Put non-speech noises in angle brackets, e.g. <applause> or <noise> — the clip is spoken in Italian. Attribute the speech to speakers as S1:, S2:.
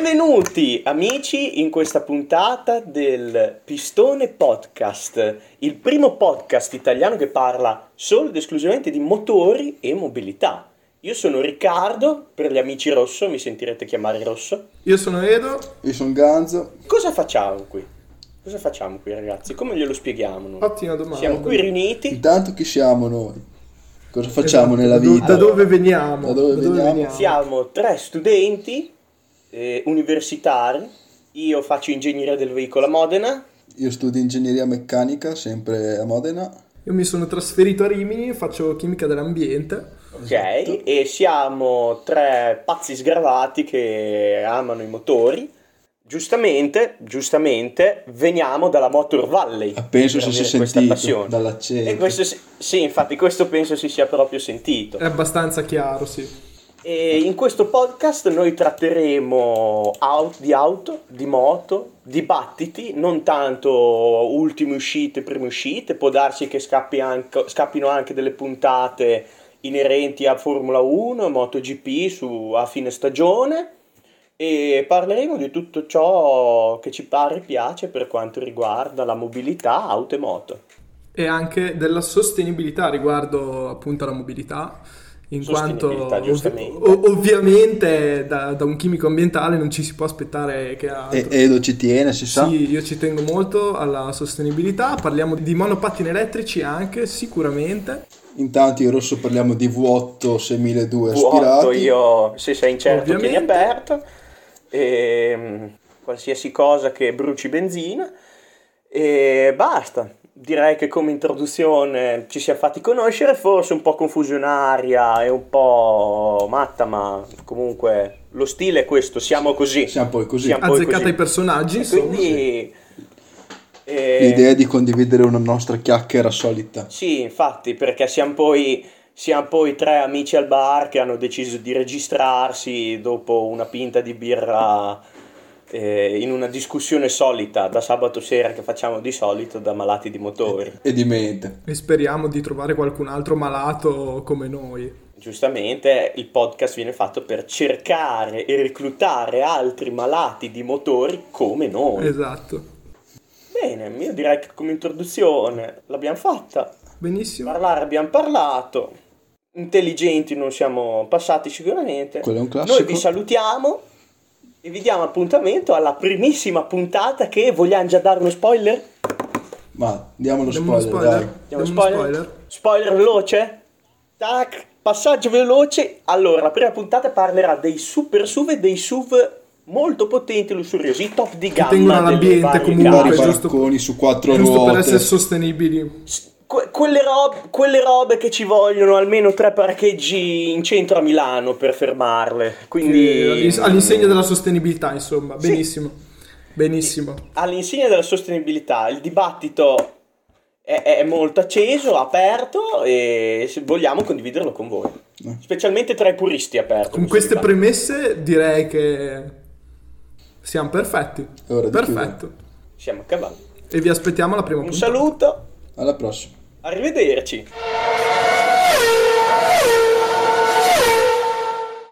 S1: benvenuti amici in questa puntata del Pistone Podcast, il primo podcast italiano che parla solo ed esclusivamente di motori e mobilità. Io sono Riccardo, per gli amici Rosso, mi sentirete chiamare Rosso.
S2: Io sono Edo.
S3: Io sono Ganzo.
S1: Cosa facciamo qui? Cosa facciamo qui ragazzi? Come glielo spieghiamo noi?
S2: Ottima domanda.
S1: Siamo qui riuniti,
S3: Intanto chi siamo noi? Cosa facciamo
S2: Esatto,
S3: nella
S2: da do-
S3: vita?
S2: Da dove veniamo?
S3: Da dove veniamo?
S1: siamo tre studenti eh, universitari, io faccio ingegneria del veicolo a Modena,
S3: Io studio ingegneria meccanica, sempre a Modena.
S2: Io mi sono trasferito a Rimini, faccio chimica dell'ambiente.
S1: Ok, e siamo tre pazzi sgravati che amano i motori. Giustamente, giustamente, veniamo dalla Motor Valley.
S3: Ah, Penso
S1: per
S3: se si
S1: avere
S3: è
S1: questa
S3: sentito
S1: passione.
S3: dall'accento.
S1: E questo, si- sì, infatti, questo penso si sia proprio sentito.
S2: È abbastanza chiaro, sì.
S1: E in questo podcast noi tratteremo au- di auto, di moto, dibattiti, non tanto ultime uscite, prime uscite, può darsi che scappi anche- scappino anche delle puntate inerenti a Formula 1, MotoGP su- a fine stagione e parleremo di tutto ciò che ci pare e piace per quanto riguarda la mobilità, auto e moto.
S2: E anche della sostenibilità riguardo appunto alla mobilità. In quanto
S1: Sostenibilità, giustamente.
S2: ov- ovviamente da, da un chimico ambientale non ci si può aspettare che altro.
S3: E Edo ci tiene, si sa.
S2: Sì, io ci tengo molto alla sostenibilità, parliamo di monopattini elettrici anche, sicuramente.
S3: Intanto io e Rosso parliamo di vuoto 6002
S1: vuoto
S3: aspirati.
S1: io se sei incerto tieni
S2: Ovviamente.
S1: aperto Ehm, qualsiasi cosa che bruci benzina e basta direi che come introduzione ci siamo fatti conoscere forse un po' confusionaria e un po' matta ma comunque lo stile è questo siamo così
S3: Siamo poi così.
S1: Siamo- Poi
S2: Azzeccata
S1: così.
S2: ai personaggi,
S1: E
S2: insomma.
S1: quindi eh,
S3: L'idea è di condividere una nostra chiacchiera solita.
S1: Sì, infatti, perché siamo poi, siamo poi tre amici al bar che hanno deciso di registrarsi dopo una pinta di birra eh, in una discussione solita da sabato sera che facciamo di solito da malati di
S3: <laughs>
S1: motori.
S3: E di mente.
S2: E speriamo di trovare qualcun altro malato come noi.
S1: Giustamente il podcast viene fatto per cercare e reclutare altri malati di motori come noi.
S2: Esatto.
S1: Bene, io direi che come introduzione l'abbiamo fatta.
S2: Benissimo.
S1: Parlare abbiamo parlato, intelligenti non siamo passati sicuramente.
S3: Quello è un classico.
S1: Noi vi salutiamo e vi diamo appuntamento alla primissima puntata che vogliamo già dare uno spoiler?
S3: Ma diamo lo
S2: Diamo uno
S3: spoiler,
S2: spoiler.
S3: dai.
S1: Diamo
S2: Diamo
S1: uno spoiler? Spoiler veloce? Tac, passaggio veloce. Allora, la prima puntata parlerà dei super SUV e dei SUV molto potenti, lussuriosi, i top di gamma.
S2: tengono
S1: delle
S2: l'ambiente
S1: varie
S2: comunque,
S1: gambe.
S3: Vari
S2: giusto-
S3: baracconi su quattro
S2: Giusto per
S3: ruote.
S2: essere sostenibili.
S1: S- que- quelle, rob- quelle robe che ci vogliono almeno tre parcheggi in centro a Milano per fermarle.
S2: Eh,
S1: Quindi
S2: all'ins- All'insegna della sostenibilità, insomma.
S1: Sì.
S2: Benissimo. Benissimo.
S1: all'insegna della sostenibilità il dibattito è, è molto acceso, aperto e se- vogliamo condividerlo con voi.
S3: Eh.
S1: Specialmente tra i puristi aperto.
S2: Con
S1: questo
S2: queste
S1: dibattito.
S2: premesse direi che siamo perfetti.
S3: È ora di
S2: Perfetto.
S1: siamo a cavallo.
S2: E vi aspettiamo alla prima
S1: Un
S2: puntata.
S1: saluto,
S3: Alla prossima.
S1: arrivederci.